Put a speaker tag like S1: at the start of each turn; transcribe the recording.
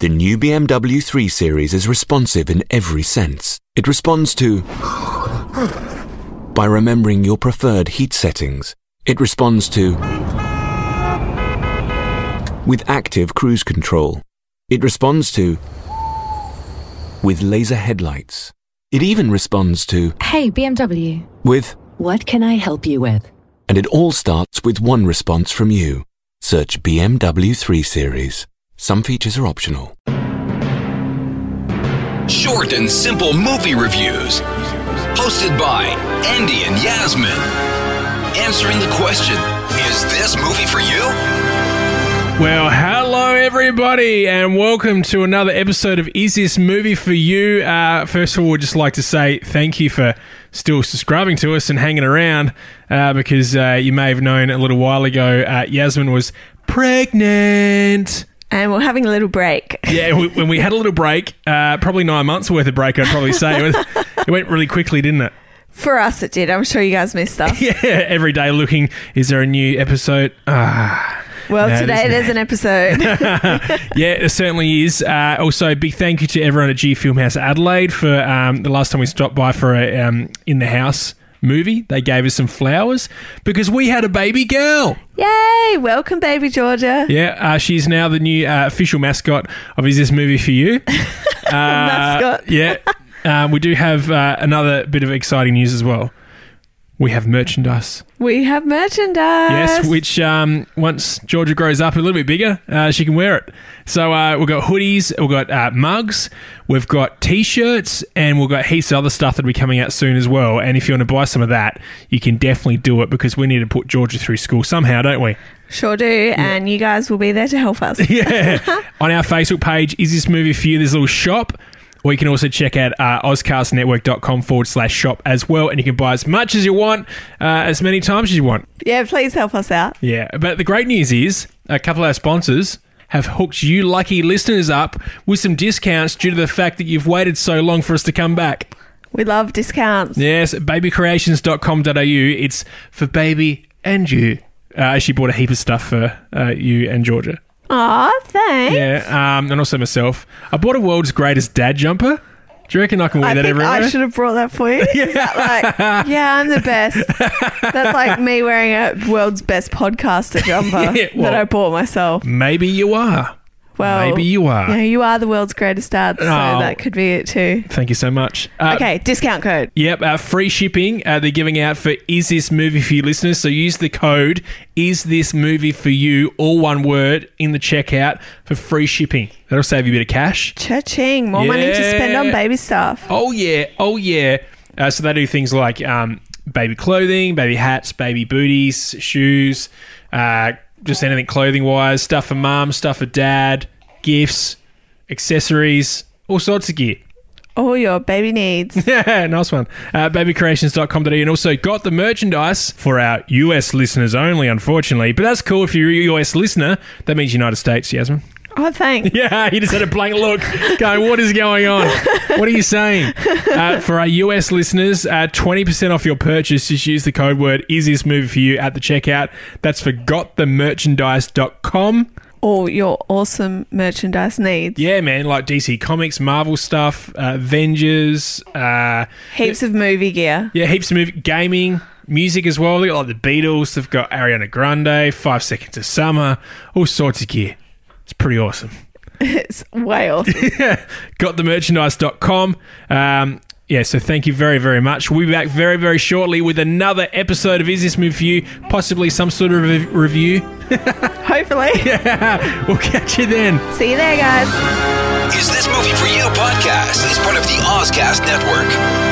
S1: The new BMW 3 Series is responsive in every sense. It responds to. by remembering your preferred heat settings. It responds to. with active cruise control. It responds to. with laser headlights. It even responds to.
S2: Hey, BMW.
S1: with.
S3: What can I help you with?
S1: And it all starts with one response from you. Search BMW 3 Series. Some features are optional.
S4: Short and simple movie reviews. Hosted by Andy and Yasmin. Answering the question Is this movie for you?
S5: Well, hello everybody, and welcome to another episode of Is This Movie for You? Uh, first of all, we'd just like to say thank you for still subscribing to us and hanging around, uh, because uh, you may have known a little while ago uh, Yasmin was pregnant.
S6: And we're having a little break.
S5: Yeah, we, when we had a little break, uh, probably nine months worth of break, I'd probably say it, was- it went really quickly, didn't it?
S6: For us, it did. I'm sure you guys missed us.
S5: Yeah, every day looking, is there a new episode? Ah.
S6: Well,
S5: No,
S6: today
S5: there's
S6: there's an episode.
S5: Yeah, it certainly is. Uh, also, big thank you to everyone at G Filmhouse Adelaide for um, the last time we stopped by for a um, in the house movie. They gave us some flowers because we had a baby girl.
S6: Yay! Welcome, baby Georgia.
S5: Yeah, uh, she's now the new uh, official mascot of Is This Movie for You? Uh,
S6: Mascot.
S5: Yeah. Um, we do have uh, another bit of exciting news as well. We have merchandise.
S6: We have merchandise.
S5: Yes, which um, once Georgia grows up a little bit bigger, uh, she can wear it. So uh, we've got hoodies, we've got uh, mugs, we've got t-shirts, and we've got heaps of other stuff that'll be coming out soon as well. And if you want to buy some of that, you can definitely do it because we need to put Georgia through school somehow, don't we?
S6: sure do. And you guys will be there to help us.
S5: Yeah. On our Facebook page, is this movie for you? There's a little shop. Or you can also check out uh, oscastnetwork.com forward slash shop as well. And you can buy as much as you want, uh, as many times as you want.
S6: yeah, please help us out.
S5: Yeah, but the great news is a couple of our sponsors have hooked you lucky listeners up with some discounts due to the fact that you've waited so long for us to come back.
S6: We love discounts.
S5: Yes, babycreations.com.au. It's for baby and you. Uh, she bought a heap of stuff for uh, you and Georgia.
S6: Aw, thanks.
S5: Yeah, um, and also myself. I bought a world's greatest dad jumper. Do you reckon I can wear
S6: I
S5: that
S6: think
S5: everywhere?
S6: I should have brought that for you. Is that like, yeah, I'm the best. That's like me wearing a world's best podcaster jumper
S5: Yeah, well-
S6: that I bought myself.
S5: Maybe you are.
S6: Well,
S5: Maybe you are.
S6: Yeah, you are the world's greatest dad, so
S5: Oh.
S6: that could be it too.
S5: Thank you so much. Uh,
S6: Okay, discount code.
S5: Yep, uh, free shipping uh, they're giving out for Is This Movie For You listeners. So use the code Is This Movie For You, all one word, in the checkout for free shipping. That'll save you a bit of cash.
S6: Cha-ching. More money to spend on
S5: Yeah.
S6: baby stuff.
S5: Oh, yeah. Oh, yeah. Uh, so they do things like um, baby clothing, baby hats, baby booties, shoes, uh, just anything clothing wise, stuff for mum, stuff for dad, gifts, accessories, all sorts of gear.
S6: All your baby needs.
S5: Yeah, nice one. Uh, babycreations.com.au and also got the merchandise for our US listeners only, unfortunately. But that's cool if you're a US listener. That means United States, Yasmin.
S6: Oh, thanks.
S5: Yeah, he just had a blank look going, what is going on? What are you saying? Uh, for our US listeners, uh, 20% off your purchase. Just use the code word is this movie for you at the checkout. That's for gotthemerchandise.com.
S6: All your awesome merchandise needs.
S5: Yeah, man, like DC Comics, Marvel stuff, uh, Avengers, uh,
S6: Heaps of movie gear.
S5: Yeah, heaps of movie, gaming, music as well. They've got like the Beatles, they've got Ariana Grande, Five Seconds of Summer, all sorts of gear. It's pretty awesome.
S6: It's way awesome.
S5: Got the merchandise.com. Um, yeah, so thank you very, very much. We'll be back very, very shortly with another episode of Is This Move For You? Possibly some sort of re- review.
S6: Hopefully.
S5: We'll catch you then.
S6: See you there, guys.
S4: Is this movie for you podcast? Is part of the Ozcast Network.